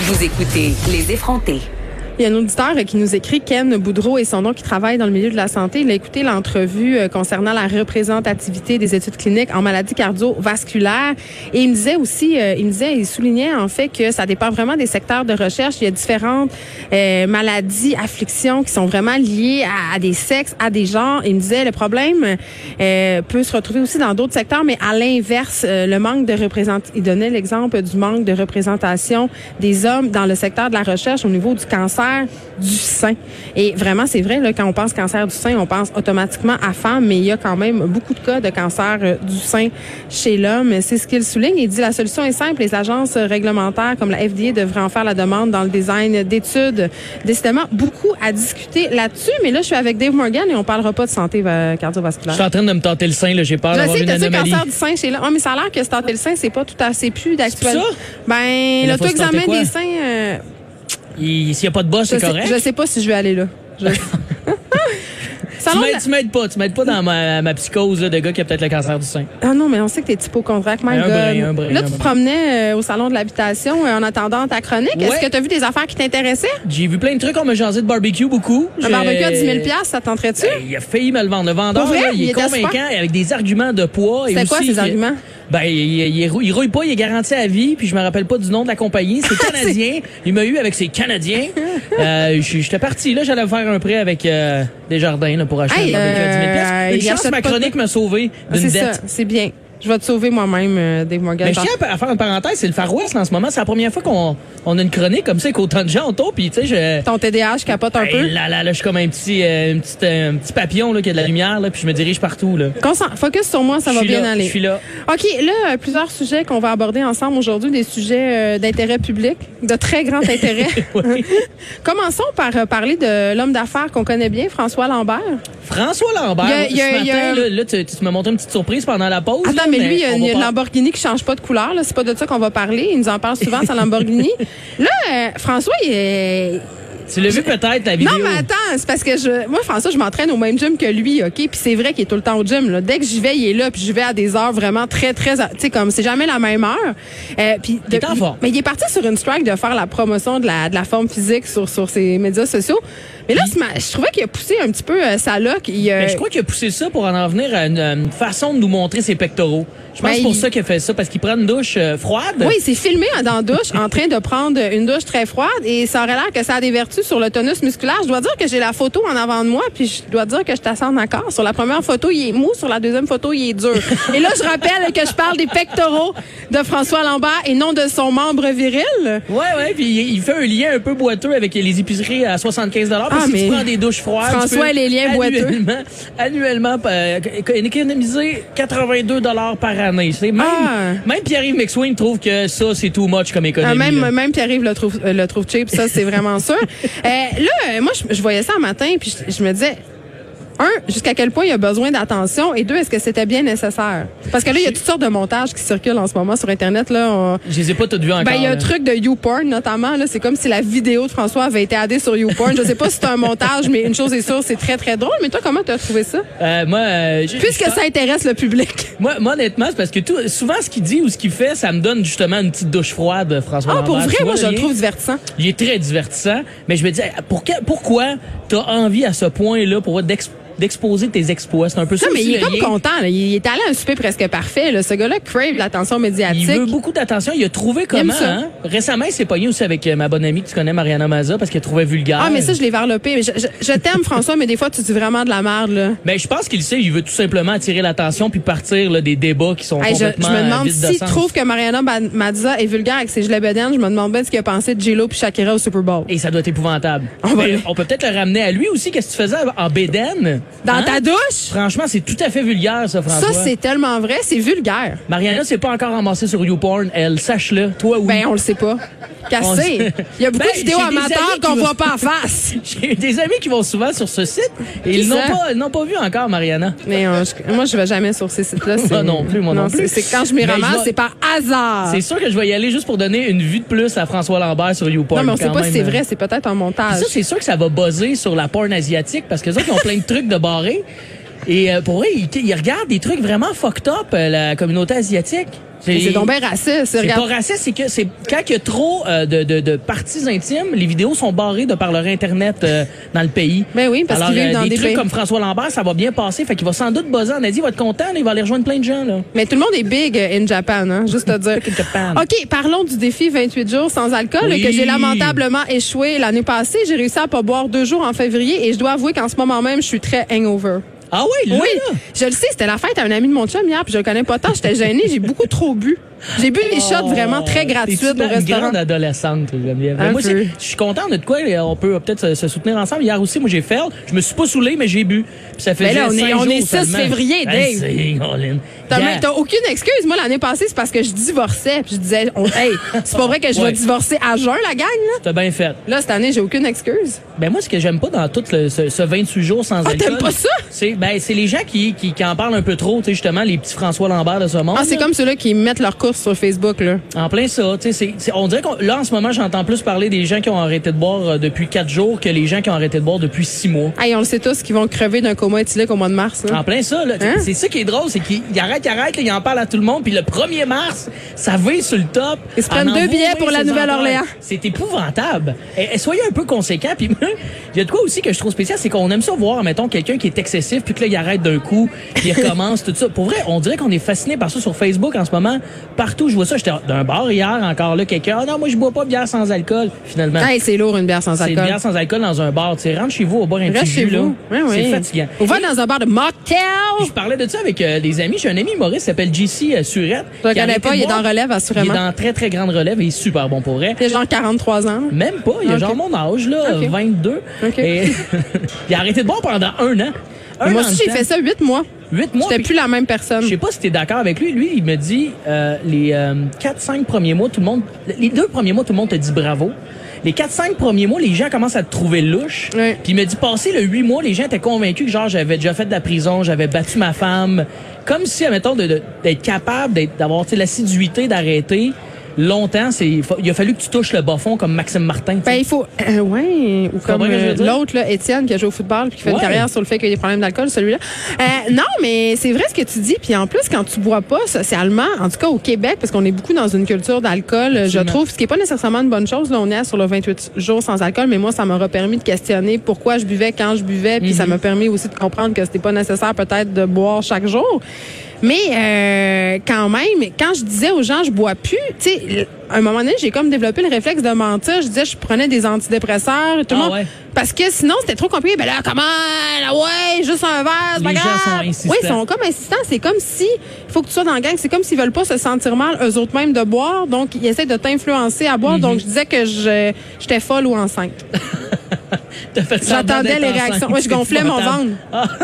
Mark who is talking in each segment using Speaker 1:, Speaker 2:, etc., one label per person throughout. Speaker 1: Vous écoutez Les effrontés.
Speaker 2: Il y a un auditeur euh, qui nous écrit, Ken Boudreau et son nom qui travaille dans le milieu de la santé. Il a écouté l'entrevue euh, concernant la représentativité des études cliniques en maladies cardiovasculaires. Et il me disait aussi, euh, il me disait, il soulignait en fait que ça dépend vraiment des secteurs de recherche. Il y a différentes euh, maladies, afflictions qui sont vraiment liées à, à des sexes, à des genres. Il me disait, le problème euh, peut se retrouver aussi dans d'autres secteurs, mais à l'inverse, euh, le manque de représentation. Il donnait l'exemple du manque de représentation des hommes dans le secteur de la recherche au niveau du cancer du sein. Et vraiment, c'est vrai, là, quand on pense cancer du sein, on pense automatiquement à femmes, mais il y a quand même beaucoup de cas de cancer euh, du sein chez l'homme. C'est ce qu'il souligne. Il dit la solution est simple. Les agences réglementaires comme la FDA devraient en faire la demande dans le design d'études. Décidément, beaucoup à discuter là-dessus. Mais là, je suis avec Dave Morgan et on parlera pas de santé euh,
Speaker 3: Je
Speaker 2: cardiovasculaire.
Speaker 3: suis en train de me tenter le sein, là, j'ai peur
Speaker 2: Je
Speaker 3: d'avoir
Speaker 2: sais,
Speaker 3: Ah, une
Speaker 2: t'as-tu le
Speaker 3: anomalie.
Speaker 2: cancer du sein chez l'homme? Ah, mais ça a l'air que se tenter le sein, c'est pas tout à c'est plus d'actuel.
Speaker 3: ça?
Speaker 2: Ben,
Speaker 3: la fois se
Speaker 2: l'auto-examen
Speaker 3: tenter quoi?
Speaker 2: des seins, euh,
Speaker 3: Il- S'il n'y a pas de boss,
Speaker 2: je,
Speaker 3: c'est
Speaker 2: sais,
Speaker 3: correct.
Speaker 2: je sais pas si je vais aller là. Je-
Speaker 3: Tu
Speaker 2: Salon de la-
Speaker 3: m'aides- tu m'aides pas, tu m'aides pas dans ma, ma psychose là, de gars qui a peut-être le cancer du sein.
Speaker 2: Ah non, mais on sait que t'es typochondriaque, my
Speaker 3: Un
Speaker 2: God.
Speaker 3: brin, un brin,
Speaker 2: là,
Speaker 3: un
Speaker 2: tu te
Speaker 3: brin.
Speaker 2: promenais euh, au salon de l'habitation euh, en attendant ta chronique.
Speaker 3: Ouais.
Speaker 2: Est-ce que t'as vu des affaires qui t'intéressaient?
Speaker 3: J'ai vu plein de trucs, on m'a jasé de barbecue beaucoup.
Speaker 2: Un
Speaker 3: J'ai-
Speaker 2: barbecue à 10 000 ça tenterait-tu?
Speaker 3: Ben, il a failli me le vendre. Le vendeur,
Speaker 2: Pour vrai?
Speaker 3: là, il,
Speaker 2: Il
Speaker 3: est
Speaker 2: était
Speaker 3: convaincant
Speaker 2: super?
Speaker 3: et avec des arguments de poids. et
Speaker 2: C'était quoi,
Speaker 3: aussi
Speaker 2: ces
Speaker 3: que-
Speaker 2: arguments?
Speaker 3: Ben, il, il, il rou- il rouille pas, il est garanti à vie, puis je me rappelle pas du nom de la compagnie. C'est canadien. Il m'a eu avec ses Canadiens. euh, je- J'étais parti, là, j'allais faire un prêt avec euh, Desjardins là, pour acheter
Speaker 2: Hey,
Speaker 3: un barbecue à 10 000
Speaker 2: euh,
Speaker 3: Une
Speaker 2: il
Speaker 3: chance,
Speaker 2: achète pas
Speaker 3: ma
Speaker 2: de-
Speaker 3: chronique m'a sauvé d'une
Speaker 2: Ah, C'est
Speaker 3: dette.
Speaker 2: ça, c'est bien. Je vais te sauver moi-même, euh, Dave Morgan.
Speaker 3: Mais je tiens à faire une parenthèse, c'est le Far West en ce moment. C'est la première fois qu'on on a une chronique comme ça avec autant de gens autour. Puis, tu sais, je...
Speaker 2: Ton TDAH capote un
Speaker 3: Hey,
Speaker 2: peu.
Speaker 3: Ben, là, là, là, je suis comme un petit, euh, une petite, euh, un petit papillon là, qui a de la lumière, là, puis je me dirige partout. Là.
Speaker 2: Concent- Focus sur moi, ça
Speaker 3: Je
Speaker 2: va
Speaker 3: suis
Speaker 2: bien
Speaker 3: là,
Speaker 2: aller.
Speaker 3: je suis là.
Speaker 2: OK, là, euh, plusieurs sujets qu'on va aborder ensemble aujourd'hui, des sujets euh, d'intérêt public, de très grand intérêt.
Speaker 3: Oui.
Speaker 2: Commençons par euh, parler de l'homme d'affaires qu'on connaît bien, François Lambert.
Speaker 3: François Lambert,
Speaker 2: Il y a- il y a-
Speaker 3: ce
Speaker 2: il y a-
Speaker 3: matin, là, là, tu, tu m'as montré une petite surprise pendant la pause. là,
Speaker 2: Attends, mais lui, il y a
Speaker 3: on
Speaker 2: une,
Speaker 3: va pas-
Speaker 2: Lamborghini qui change pas de couleur. là. C'est pas de ça qu'on va parler. Il nous en parle souvent, sa Lamborghini. là, euh, François, il est...
Speaker 3: Tu l'as vu peut-être, la
Speaker 2: Non,
Speaker 3: vidéo.
Speaker 2: mais attends, c'est parce que je, moi, François, je m'entraîne au même gym que lui, OK? Puis c'est vrai qu'il est tout le temps au gym, là. Dès que j'y vais, il est là, puis je vais à des heures vraiment très, très, tu sais, comme, c'est jamais la même heure. Euh, puis
Speaker 3: Il est en
Speaker 2: depuis-
Speaker 3: forme.
Speaker 2: Mais il est parti sur une strike de faire la promotion de la, de la forme physique sur, sur ses médias sociaux. Mais là, ce ma- je trouvais qu'il a poussé un petit peu euh, sa loque. Il, euh,
Speaker 3: Mais je crois qu'il a poussé ça pour en en venir à une, euh, une façon de nous montrer ses pectoraux. Je pense
Speaker 2: Ben,
Speaker 3: que c'est pour
Speaker 2: il-
Speaker 3: ça qu'il a fait ça, parce qu'il prend une douche euh, froide.
Speaker 2: Oui, il s'est filmé dans la douche en train de prendre une douche très froide et ça aurait l'air que ça a des vertus sur le tonus musculaire. Je dois dire que j'ai la photo en avant de moi puis je dois dire que je t'assends encore. Sur la première photo, il est mou, sur la deuxième photo, il est dur. Et là, je rappelle que je parle des pectoraux de François Lambert et non de son membre viril.
Speaker 3: Ouais, ouais, puis il- il fait un lien un peu boiteux avec les épiceries à 75 dollars.
Speaker 2: Ah,
Speaker 3: parce que si
Speaker 2: mais
Speaker 3: tu prends des douches froides, tu
Speaker 2: François,
Speaker 3: peux
Speaker 2: les liens boiteux.
Speaker 3: annuellement, annuellement euh, économiser 82 dollars par année. C'est même,
Speaker 2: Ah.
Speaker 3: même Pierre-Yves McSween trouve que ça c'est too much comme économie.
Speaker 2: Euh,
Speaker 3: là.
Speaker 2: même même Pierre-Yves le trouve, euh, le trouve cheap, ça c'est vraiment sûr. Euh, là, euh, moi je, je voyais ça un matin puis je, je me disais un, jusqu'à quel point il y a besoin d'attention et deux, est-ce que c'était bien nécessaire Parce que là il y a toutes sortes de montages qui circulent en ce moment sur internet là. on-
Speaker 3: Je les ai pas toutes vues encore.
Speaker 2: Ben, il y a un
Speaker 3: là.
Speaker 2: truc de YouPorn, notamment. Là, c'est comme si la vidéo de François avait été addée sur YouPorn. Je sais pas si c'est un montage, mais une chose est sûre, c'est très, très drôle. Mais toi, comment t'as trouvé ça?
Speaker 3: Euh, moi, euh, j'ai-
Speaker 2: Puisque
Speaker 3: j'ai-
Speaker 2: ça intéresse le public.
Speaker 3: Moi, moi, honnêtement, c'est parce que tout, souvent, ce qu'il dit ou ce qu'il fait, ça me donne justement une petite douche froide, François.
Speaker 2: Ah,
Speaker 3: Lambert.
Speaker 2: pour
Speaker 3: Tu
Speaker 2: vrai,
Speaker 3: vois
Speaker 2: moi, je
Speaker 3: le
Speaker 2: le
Speaker 3: lien?
Speaker 2: trouve divertissant.
Speaker 3: Il est très divertissant, mais je me dis, hey, pour que- pourquoi t'as envie à ce point-là pour d'ex- d'exposer tes exploits? C'est un peu ça
Speaker 2: Non, mais
Speaker 3: aussi,
Speaker 2: il est
Speaker 3: le
Speaker 2: comme
Speaker 3: lien.
Speaker 2: content. là. Il est allé à un souper presque parfait. Là. Ce gars-là crave l'attention médiatique.
Speaker 3: Il veut beaucoup d'attention. Il a trouvé
Speaker 2: aime
Speaker 3: comment,
Speaker 2: ça.
Speaker 3: hein? Récemment, il s'est pogné aussi avec euh, ma bonne amie que tu connais, Mariana Maza, parce qu'il trouvait vulgaire.
Speaker 2: Ah, mais ça, je l'ai varlopé. Mais Je, je, je t'aime, François, mais des fois, tu dis vraiment de la merde. Là.
Speaker 3: Mais Ben, je pense qu'il sait, il veut tout simplement attirer l'attention puis partir là, des débats qui sont
Speaker 2: Hey, je,
Speaker 3: complètement
Speaker 2: je me demande
Speaker 3: euh, vides de
Speaker 2: s'il
Speaker 3: sens.
Speaker 2: trouve que Mariana Ban- Mazza est vulgaire avec ses gilets bedaines. Je me demande bien ce qu'il a pensé de J-Lo puis Shakira au Super Bowl.
Speaker 3: Et ça doit être épouvantable.
Speaker 2: On va
Speaker 3: Mais
Speaker 2: le-
Speaker 3: on peut peut-être le ramener à lui aussi. Qu'est-ce que tu faisais en bédaine?
Speaker 2: Dans
Speaker 3: Hein?
Speaker 2: ta douche?
Speaker 3: Franchement, c'est tout à fait vulgaire, ça, François.
Speaker 2: Ça, c'est tellement vrai, c'est vulgaire.
Speaker 3: Mariana, c'est pas encore ramassée sur YouPorn. Elle, sache-le. Toi, oui.
Speaker 2: Ben, on le sait pas.
Speaker 3: On
Speaker 2: Cassé.
Speaker 3: sait.
Speaker 2: Il y a beaucoup
Speaker 3: Ben,
Speaker 2: de vidéos
Speaker 3: j'ai des
Speaker 2: amateurs
Speaker 3: amis qui
Speaker 2: qu'on
Speaker 3: vont-
Speaker 2: voit pas en face.
Speaker 3: J'ai des amis qui vont souvent sur ce site et ils n'ont
Speaker 2: ça?
Speaker 3: pas, ils n'ont pas vu encore Mariana.
Speaker 2: Mais euh, je- moi, je vais jamais sur ces sites-là. c'est-
Speaker 3: Moi non plus, moi non plus.
Speaker 2: c'est- C'est quand je m'y
Speaker 3: Ben,
Speaker 2: ramasse,
Speaker 3: je vais-
Speaker 2: c'est par hasard.
Speaker 3: C'est sûr que je vais y aller juste pour donner une vue de plus à François Lambert sur YouPorn.
Speaker 2: Non, mais on sait
Speaker 3: quand
Speaker 2: pas
Speaker 3: même.
Speaker 2: si c'est vrai, c'est peut-être un
Speaker 3: Puis
Speaker 2: montage.
Speaker 3: Ça, c'est sûr que ça va buzzer sur la porn asiatique parce que les autres, ils ont plein de trucs de barrés. Et euh, pour eux, ils, ils regardent des trucs vraiment fucked up, euh, la communauté asiatique.
Speaker 2: Mais C'est donc bien raciste.
Speaker 3: C'est
Speaker 2: regarde.
Speaker 3: pas raciste, c'est que c'est quand il y a trop euh, de, de, de parties intimes, les vidéos sont barrées de par leur internet euh, dans le pays.
Speaker 2: Ben oui, parce
Speaker 3: Alors,
Speaker 2: qu'ils vivent
Speaker 3: euh,
Speaker 2: dans
Speaker 3: des,
Speaker 2: des
Speaker 3: trucs
Speaker 2: pays-
Speaker 3: comme François Lambert, ça va bien passer, fait qu'il va sans doute buzzer en Asie, il va être content, là, il va aller rejoindre plein de gens là.
Speaker 2: Mais tout le monde est big euh, in Japan, hein, juste à dire.
Speaker 3: Big in Japan.
Speaker 2: OK, parlons du défi 28 jours sans alcool
Speaker 3: Oui.
Speaker 2: que j'ai lamentablement échoué l'année passée. J'ai réussi à pas boire deux jours en février et je dois avouer qu'en ce moment même, je suis très hangover.
Speaker 3: Ah oui, là,
Speaker 2: Oui,
Speaker 3: là.
Speaker 2: je le sais, c'était la fête à un ami de mon chum hier, puis je le connais pas tant, j'étais gênée, j'ai beaucoup trop bu. J'ai bu des shots vraiment très gratuites
Speaker 3: Oh, Euh, T'es-tu
Speaker 2: au
Speaker 3: une
Speaker 2: restaurant.
Speaker 3: grande adolescente, Geneviève. Mais
Speaker 2: Un
Speaker 3: moi,
Speaker 2: peu.
Speaker 3: c'est- je suis content de quoi. et On peut euh, peut-être se, se soutenir ensemble. Hier aussi, moi, j'ai fait. Je me suis pas saoulé, mais j'ai bu. Puis ça fait
Speaker 2: Mais Ben là,
Speaker 3: juste
Speaker 2: on est-
Speaker 3: cinq
Speaker 2: on
Speaker 3: jours
Speaker 2: est 6
Speaker 3: seulement.
Speaker 2: février,
Speaker 3: Ben,
Speaker 2: Dave.
Speaker 3: c'est, Colin.
Speaker 2: T'as
Speaker 3: Hier-
Speaker 2: même- T'as aucune excuse. Moi, l'année passée, c'est parce que je divorçais. Puis je disais, on- hey, c'est pas vrai que je
Speaker 3: Ouais.
Speaker 2: vais divorcer à jeun, la gang, là.
Speaker 3: T'as bien fait.
Speaker 2: Là, cette année, j'ai aucune excuse.
Speaker 3: Ben moi, ce que j'aime pas dans tout le- ce, ce 28 jours sans alcool...
Speaker 2: Ah, t'aimes pas ça?
Speaker 3: C'est ben, c'est les gens qui, qui, qui en parlent un peu trop, tu sais, justement, les petits François Lambert de ce monde.
Speaker 2: Ah, c'est
Speaker 3: là.
Speaker 2: comme ceux-là qui mettent leurs courses sur Facebook, là.
Speaker 3: En plein ça, tu sais, c'est- c'est- on dirait qu'on là en ce moment j'entends plus parler des gens qui ont arrêté de boire euh, depuis quatre jours que les gens qui ont arrêté de boire depuis six mois.
Speaker 2: Hey, on le sait tous qu'ils vont crever d'un coma éthylique au mois de mars, là.
Speaker 3: En plein ça, là.
Speaker 2: Hein?
Speaker 3: C'est ça qui est drôle, c'est qu'il il arrête, il arrête, là, il en parle à tout le monde, puis le 1er mars, ça va sur le top.
Speaker 2: Ils se
Speaker 3: En
Speaker 2: prennent deux
Speaker 3: envoyant
Speaker 2: billets pour la
Speaker 3: ses
Speaker 2: Nouvelle-Orléans.
Speaker 3: enfants. C'est épouvantable. Et, et soyez un peu conséquents, puis il y a de quoi aussi que je trouve spécial, c'est qu'on aime ça voir, mettons, quelqu'un qui est excessif, puis que là, il arrête d'un coup, puis il recommence, tout ça. Pour vrai, on dirait qu'on est fasciné par ça sur Facebook en ce moment. Partout, je vois ça. J'étais dans un bar hier, encore là, quelqu'un, ah non, moi, je bois pas de bière sans alcool, finalement.
Speaker 2: Hey, c'est lourd, une bière sans
Speaker 3: ben. C'est une
Speaker 2: alcool.
Speaker 3: bière sans alcool dans un bar. Tu sais, rentre chez vous, au boire un
Speaker 2: Reste
Speaker 3: petit
Speaker 2: chez
Speaker 3: jus, là.
Speaker 2: vous. Oui, oui.
Speaker 3: C'est fatigant.
Speaker 2: On va dans un bar de mocktail.
Speaker 3: Je parlais de ça avec euh, des amis. J'ai un ami humoriste qui s'appelle JC euh, Surette.
Speaker 2: Je le
Speaker 3: qui
Speaker 2: connais
Speaker 3: a arrêté
Speaker 2: pas,
Speaker 3: de
Speaker 2: il est
Speaker 3: boire.
Speaker 2: dans relève, assurément.
Speaker 3: Il est dans très, très grande relève et il est super bon pour vrai.
Speaker 2: Il a genre 43 ans.
Speaker 3: Même pas, il a
Speaker 2: Ok.
Speaker 3: genre mon âge, là,
Speaker 2: Ok.
Speaker 3: 22.
Speaker 2: Ok.
Speaker 3: Et il a arrêté de boire pendant un an. Un
Speaker 2: Moi
Speaker 3: an
Speaker 2: aussi,
Speaker 3: de
Speaker 2: j'ai
Speaker 3: temps.
Speaker 2: fait ça 8 mois.
Speaker 3: Huit mois.
Speaker 2: J'étais plus
Speaker 3: puis
Speaker 2: la même personne.
Speaker 3: Je sais pas si t'es d'accord avec lui. Lui, il me dit, euh, les euh, 4-5 premiers mois, tout le monde, les deux premiers mois, tout le monde te dit bravo. Les 4-5 premiers mois, les gens commencent à te trouver louche.
Speaker 2: Ouais.
Speaker 3: Puis il me dit, passé le 8 mois, les gens étaient convaincus que genre, j'avais déjà fait de la prison, j'avais battu ma femme. Comme si, admettons, de- de- d'être capable d'être- d'avoir tu sais, l'assiduité d'arrêter longtemps, c'est, il fa- il a fallu que tu touches le bas fond comme Maxime Martin. tu
Speaker 2: Ben,
Speaker 3: sais.
Speaker 2: il faut. Euh, ouais, ou comme
Speaker 3: comprends ce que je veux
Speaker 2: euh,
Speaker 3: dire?
Speaker 2: l'autre, là, Étienne, qui a joué au football puis qui fait une
Speaker 3: Ouais.
Speaker 2: carrière sur le fait qu'il y a des problèmes d'alcool, celui-là. Euh, non, mais c'est vrai ce que tu dis. Puis en plus, quand tu bois pas socialement, en tout cas au Québec, parce qu'on est beaucoup dans une culture d'alcool, euh, je
Speaker 3: Absolument.
Speaker 2: trouve, ce qui est pas nécessairement une bonne chose. Là, on est sur le 28 jours sans alcool, mais moi, ça m'aura permis de questionner pourquoi je buvais quand je buvais, puis
Speaker 3: Mhm.
Speaker 2: ça m'a permis aussi de comprendre que c'était pas nécessaire peut-être de boire chaque jour. Mais euh, quand même, quand je disais aux gens je bois plus, tu sais, l- à un moment donné, j'ai comme développé le réflexe de mentir. Je disais je prenais des antidépresseurs, tout le
Speaker 3: Ah
Speaker 2: monde-
Speaker 3: ouais.
Speaker 2: parce que sinon c'était trop compliqué. Ben là, comment Ah ouais, juste un verre, c'est pas
Speaker 3: Les gens
Speaker 2: grave.
Speaker 3: sont insistants.
Speaker 2: Oui, ils sont comme insistants. C'est comme si il faut que tu sois dans le gang. C'est comme s'ils veulent pas se sentir mal eux autres mêmes de boire, donc ils essaient de t'influencer à boire.
Speaker 3: Mhm.
Speaker 2: Donc je disais que je j'étais folle ou enceinte.
Speaker 3: T'as fait semblant
Speaker 2: J'attendais
Speaker 3: d'être
Speaker 2: les
Speaker 3: enceinte.
Speaker 2: réactions. Moi, je
Speaker 3: C'est
Speaker 2: gonflais mon
Speaker 3: épouvantable. Ah.
Speaker 2: ventre.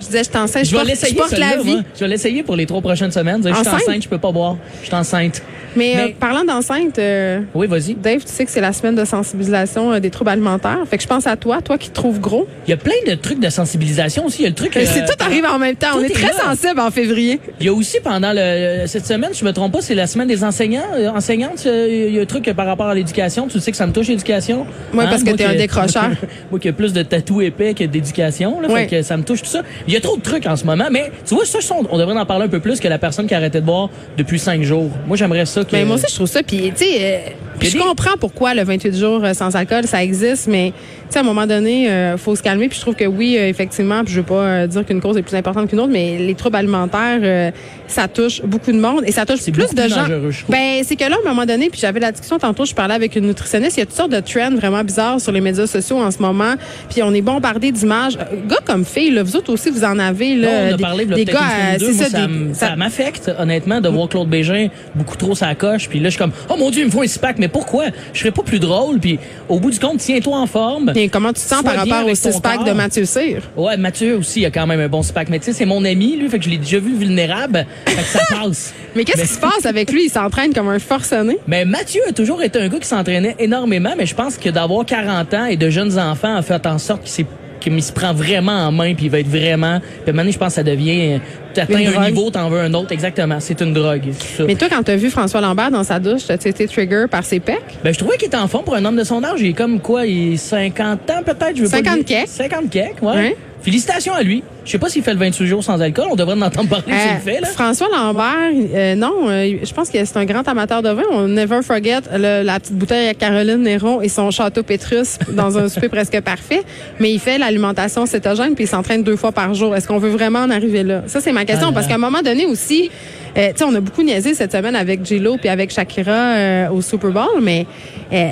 Speaker 2: Je disais je suis enceinte, je,
Speaker 3: Je vais
Speaker 2: porte- je
Speaker 3: l'essayer.
Speaker 2: porte la
Speaker 3: celle-là,
Speaker 2: vie.
Speaker 3: moi. Je vais l'essayer pour les trois prochaines semaines. Dire, Je suis
Speaker 2: Enceinte?
Speaker 3: enceinte, je peux pas boire. Je suis enceinte.
Speaker 2: Mais, euh,
Speaker 3: Mais-
Speaker 2: parlant d'enceinte. euh,
Speaker 3: Oui, vas-y.
Speaker 2: Dave, tu sais que c'est la semaine de sensibilisation euh, des troubles alimentaires. Fait que je pense à toi, toi qui te trouves gros.
Speaker 3: Il y a plein de trucs de sensibilisation aussi. Il y a le truc. euh,
Speaker 2: c'est tout arrive en même temps.
Speaker 3: tout
Speaker 2: On est
Speaker 3: est
Speaker 2: très
Speaker 3: là.
Speaker 2: sensible en février.
Speaker 3: Il y a aussi pendant le, cette semaine, je me trompe pas, c'est la semaine des enseignants, euh, enseignantes. euh, Il y a un truc euh, par rapport à l'éducation. Tu sais que ça me touche l'éducation. Hein?
Speaker 2: Ouais, parce que t'es un décrocheur.
Speaker 3: moi qui ai plus de tatous épais que d'éducation, là,
Speaker 2: Ouais.
Speaker 3: fait que ça me touche tout ça. Il y a trop de trucs en ce moment, mais tu vois, ça, je sens- on devrait en parler un peu plus que la personne qui a arrêté de boire depuis cinq jours. Moi, j'aimerais ça que.
Speaker 2: Mais Ben, moi aussi, je trouve ça. Puis, tu sais, euh, puis je
Speaker 3: des-
Speaker 2: comprends pourquoi le 28 jours euh, sans alcool, ça existe, mais tu sais, à un moment donné, euh, faut se calmer. Puis je trouve que oui, euh, effectivement, puis je veux pas euh, dire qu'une cause est plus importante qu'une autre, mais les troubles alimentaires, euh, ça touche beaucoup de monde et ça touche
Speaker 3: C'est
Speaker 2: plus
Speaker 3: beaucoup
Speaker 2: de
Speaker 3: plus
Speaker 2: gens.
Speaker 3: dangereux, je trouve.
Speaker 2: ben, c'est que là, à un moment donné, puis j'avais la discussion tantôt, je parlais avec une nutritionniste, il y a toutes sortes de trends vraiment bizarres sur les médias sociaux en ce moment, puis on est bombardé d'images. Euh, Gars comme filles, là, vous autres aussi, vous en avez, là,
Speaker 3: Non, on a
Speaker 2: Euh, des,
Speaker 3: parlé de
Speaker 2: des
Speaker 3: peut-être
Speaker 2: gars,
Speaker 3: une semaine ou
Speaker 2: euh,
Speaker 3: deux.
Speaker 2: c'est
Speaker 3: Moi,
Speaker 2: ça,
Speaker 3: ça,
Speaker 2: des-
Speaker 3: m-
Speaker 2: ça-
Speaker 3: ça m'affecte, honnêtement, de voir Claude Bégin beaucoup trop sa coche. Puis là, je suis comme, oh mon Dieu, il me faut un six-pack. Mais pourquoi? Je serais pas plus drôle. Puis au bout du compte, tiens-toi en forme.
Speaker 2: Et comment tu te sens
Speaker 3: Sois
Speaker 2: par
Speaker 3: bien
Speaker 2: rapport au
Speaker 3: avec ton
Speaker 2: six-pack de
Speaker 3: corps.
Speaker 2: Mathieu Cyr?
Speaker 3: Ouais, Mathieu aussi, il a quand même un bon six-pack. Mais tu sais, c'est mon ami, lui, fait que je l'ai déjà vu vulnérable. Fait que ça passe.
Speaker 2: Mais qu'est-ce qui se passe avec lui? Il s'entraîne comme un forcené.
Speaker 3: Mais Ben, Mathieu a toujours été un gars qui s'entraînait énormément, mais je pense que d'avoir 40 ans et de jeunes enfants a fait en sorte qu'il s'est qu'il se prend vraiment en main puis il va être vraiment puis à un moment donné, je pense que ça devient t'atteins
Speaker 2: Une
Speaker 3: un
Speaker 2: drogue.
Speaker 3: niveau t'en veux un autre exactement c'est une drogue c'est ça.
Speaker 2: Mais toi, quand t'as vu François Lambert dans sa douche, t'as été trigger par ses pecs?
Speaker 3: Ben, je trouvais qu'il était en forme pour un homme de son âge. Il est comme quoi, il est 50 ans peut-être, je veux pas
Speaker 2: 50
Speaker 3: le dire.
Speaker 2: quelques.
Speaker 3: 50 quelques, ouais.
Speaker 2: Ouais.
Speaker 3: Félicitations à lui. Je sais pas s'il fait le 28 jours sans alcool. On devrait en entendre parler s'il
Speaker 2: Euh,
Speaker 3: le fait, là.
Speaker 2: François Lambert, euh, non, euh, je pense que c'est un grand amateur de vin. On never forget le- la petite bouteille à Caroline Néron et son château Pétrus dans un souper presque parfait. Mais il fait l'alimentation cétogène puis il s'entraîne deux fois par jour. Est-ce qu'on veut vraiment en arriver là? Ça, c'est ma question.
Speaker 3: Ah là.
Speaker 2: parce qu'à un moment donné aussi, euh, tu sais, on a beaucoup niaisé cette semaine avec J-Lo puis avec Shakira euh, au Super Bowl, mais euh,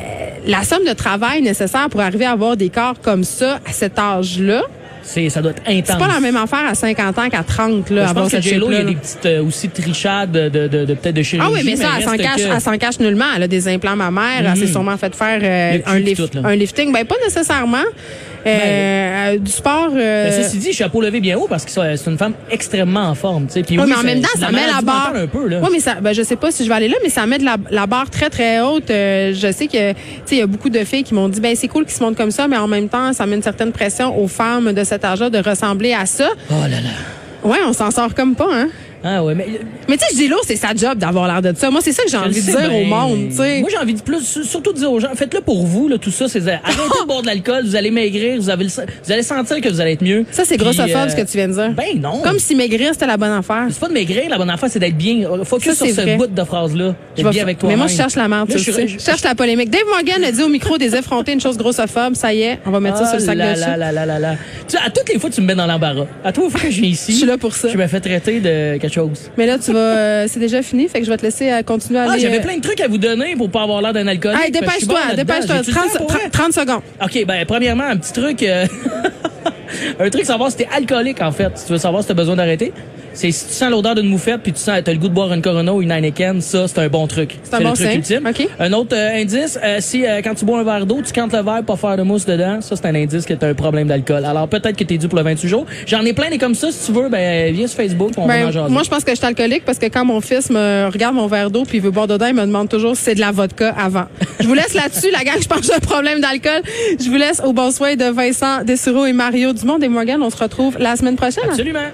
Speaker 2: la somme de travail nécessaire pour arriver à avoir des corps comme ça à cet âge-là,
Speaker 3: C'est, ça doit être intense.
Speaker 2: c'est pas la même affaire à 50 ans qu'à 30, là,
Speaker 3: je
Speaker 2: avoir
Speaker 3: pense que
Speaker 2: cette
Speaker 3: J-Lo, il y a
Speaker 2: shape-là,
Speaker 3: des
Speaker 2: là.
Speaker 3: petites euh, aussi trichades de, de, de, de- peut-être de chirurgie.
Speaker 2: Ah oui, mais ça, elle
Speaker 3: reste
Speaker 2: s'en cache,
Speaker 3: que- Hmm.
Speaker 2: elle s'en cache nullement. Elle a des implants mammaires. Elle s'est sûrement fait faire euh,
Speaker 3: Le cul
Speaker 2: un,
Speaker 3: pis
Speaker 2: lift-
Speaker 3: tout, là.
Speaker 2: un lifting. Ben, pas nécessairement. Euh,
Speaker 3: Ben,
Speaker 2: euh, du sport. euh,
Speaker 3: Mais ceci dit, chapeau levé bien haut parce que ça- c'est une femme extrêmement en forme, tu sais. Puis
Speaker 2: ouais,
Speaker 3: oui,
Speaker 2: Ah, mais en
Speaker 3: c'est-
Speaker 2: même temps,
Speaker 3: c'est de
Speaker 2: ça met la
Speaker 3: maladie
Speaker 2: barre.
Speaker 3: mentale un peu, là.
Speaker 2: Ouais, mais ça, ben, je sais pas si je vais aller là, mais ça met de la, la barre très, très haute. Euh, je sais que, tu sais, il y a beaucoup de filles qui m'ont dit, ben, c'est cool qu'ils se montrent comme ça, mais en même temps, ça met une certaine pression aux femmes de cet âge-là de ressembler à ça.
Speaker 3: Oh là là.
Speaker 2: Ouais, on s'en sort comme pas, hein.
Speaker 3: Ah ouais, mais
Speaker 2: Mais tu sais, je dis lourd, c'est sa job d'avoir l'air de ça. Moi, c'est ça que j'ai envie de
Speaker 3: Je
Speaker 2: dire
Speaker 3: le sais
Speaker 2: au
Speaker 3: bien.
Speaker 2: monde, tu sais.
Speaker 3: Moi, j'ai envie de plus, surtout de dire aux gens, faites-le pour vous, là, tout ça. C'est, arrêtez de boire de l'alcool, vous allez maigrir, vous, avez le- vous allez sentir que vous allez être mieux.
Speaker 2: Ça, c'est
Speaker 3: Puis,
Speaker 2: grossophobe,
Speaker 3: euh,
Speaker 2: ce que tu viens de dire.
Speaker 3: Ben non.
Speaker 2: Comme si maigrir, c'était la bonne affaire.
Speaker 3: C'est pas de maigrir, la bonne affaire, c'est d'être bien.
Speaker 2: Ça,
Speaker 3: Focus sur
Speaker 2: c'est
Speaker 3: ce
Speaker 2: vrai.
Speaker 3: bout de phrase-là.
Speaker 2: Je
Speaker 3: D'être
Speaker 2: vais
Speaker 3: bien
Speaker 2: fa-
Speaker 3: avec toi hein.
Speaker 2: Mais moi, je cherche la merde,
Speaker 3: Là,
Speaker 2: tu
Speaker 3: je
Speaker 2: le sais.
Speaker 3: suis-
Speaker 2: Je cherche la polémique. Dave Morgan a dit au micro des effrontés une chose grossophobe. Ça y est, on va mettre ça sur le sac
Speaker 3: Ah là,
Speaker 2: de
Speaker 3: là,
Speaker 2: chien.
Speaker 3: là, là, là, là. Tu sais, à toutes les fois, tu me mets dans l'embarras. À toutes les fois que je viens ici.
Speaker 2: Je suis là pour ça.
Speaker 3: Je me fais traiter de quelque chose.
Speaker 2: Mais là, tu vas, euh, c'est déjà fini, fait que je vais te laisser euh, continuer à aller.
Speaker 3: Ah, j'avais
Speaker 2: euh,
Speaker 3: plein de trucs à vous donner pour pas avoir l'air d'un alcoolique.
Speaker 2: Hey,
Speaker 3: parce que je suis
Speaker 2: dépêche-toi,
Speaker 3: bon là-dedans.
Speaker 2: dépêche-toi.
Speaker 3: J'ai-tu le
Speaker 2: 30,
Speaker 3: temps pour vrai?
Speaker 2: 30 secondes.
Speaker 3: OK, ben premièrement, un petit truc. euh, un truc, savoir si t'es alcoolique, en fait. Si tu veux savoir si t'as besoin d'arrêter. C'est si tu sens l'odeur d'une moufette puis tu sens t'as le goût de boire une Corona ou une Heineken, ça, c'est un bon truc.
Speaker 2: un
Speaker 3: le
Speaker 2: bon
Speaker 3: truc
Speaker 2: signe.
Speaker 3: ultime.
Speaker 2: OK.
Speaker 3: Un autre euh, indice, euh, si euh, quand tu bois un verre d'eau, tu cantes le verre pour faire de mousse dedans, ça, c'est un indice que t'as un problème d'alcool. Alors, peut-être que t'es dû pour le 28 jours. J'en ai plein des comme ça. Si tu veux, ben, viens sur Facebook on va en
Speaker 2: Ben,
Speaker 3: jaser.
Speaker 2: moi, je pense que je suis alcoolique parce que quand mon fils me regarde mon verre d'eau puis il veut boire dedans, il me demande toujours si c'est de la vodka avant. Je vous laisse là-dessus, la gang. Je pense que j'ai un problème d'alcool. Je vous laisse au bon soin de Vincent Dessureau et Mario Dumont des Morgan. On se retrouve la semaine prochaine. hein?
Speaker 3: Absolument.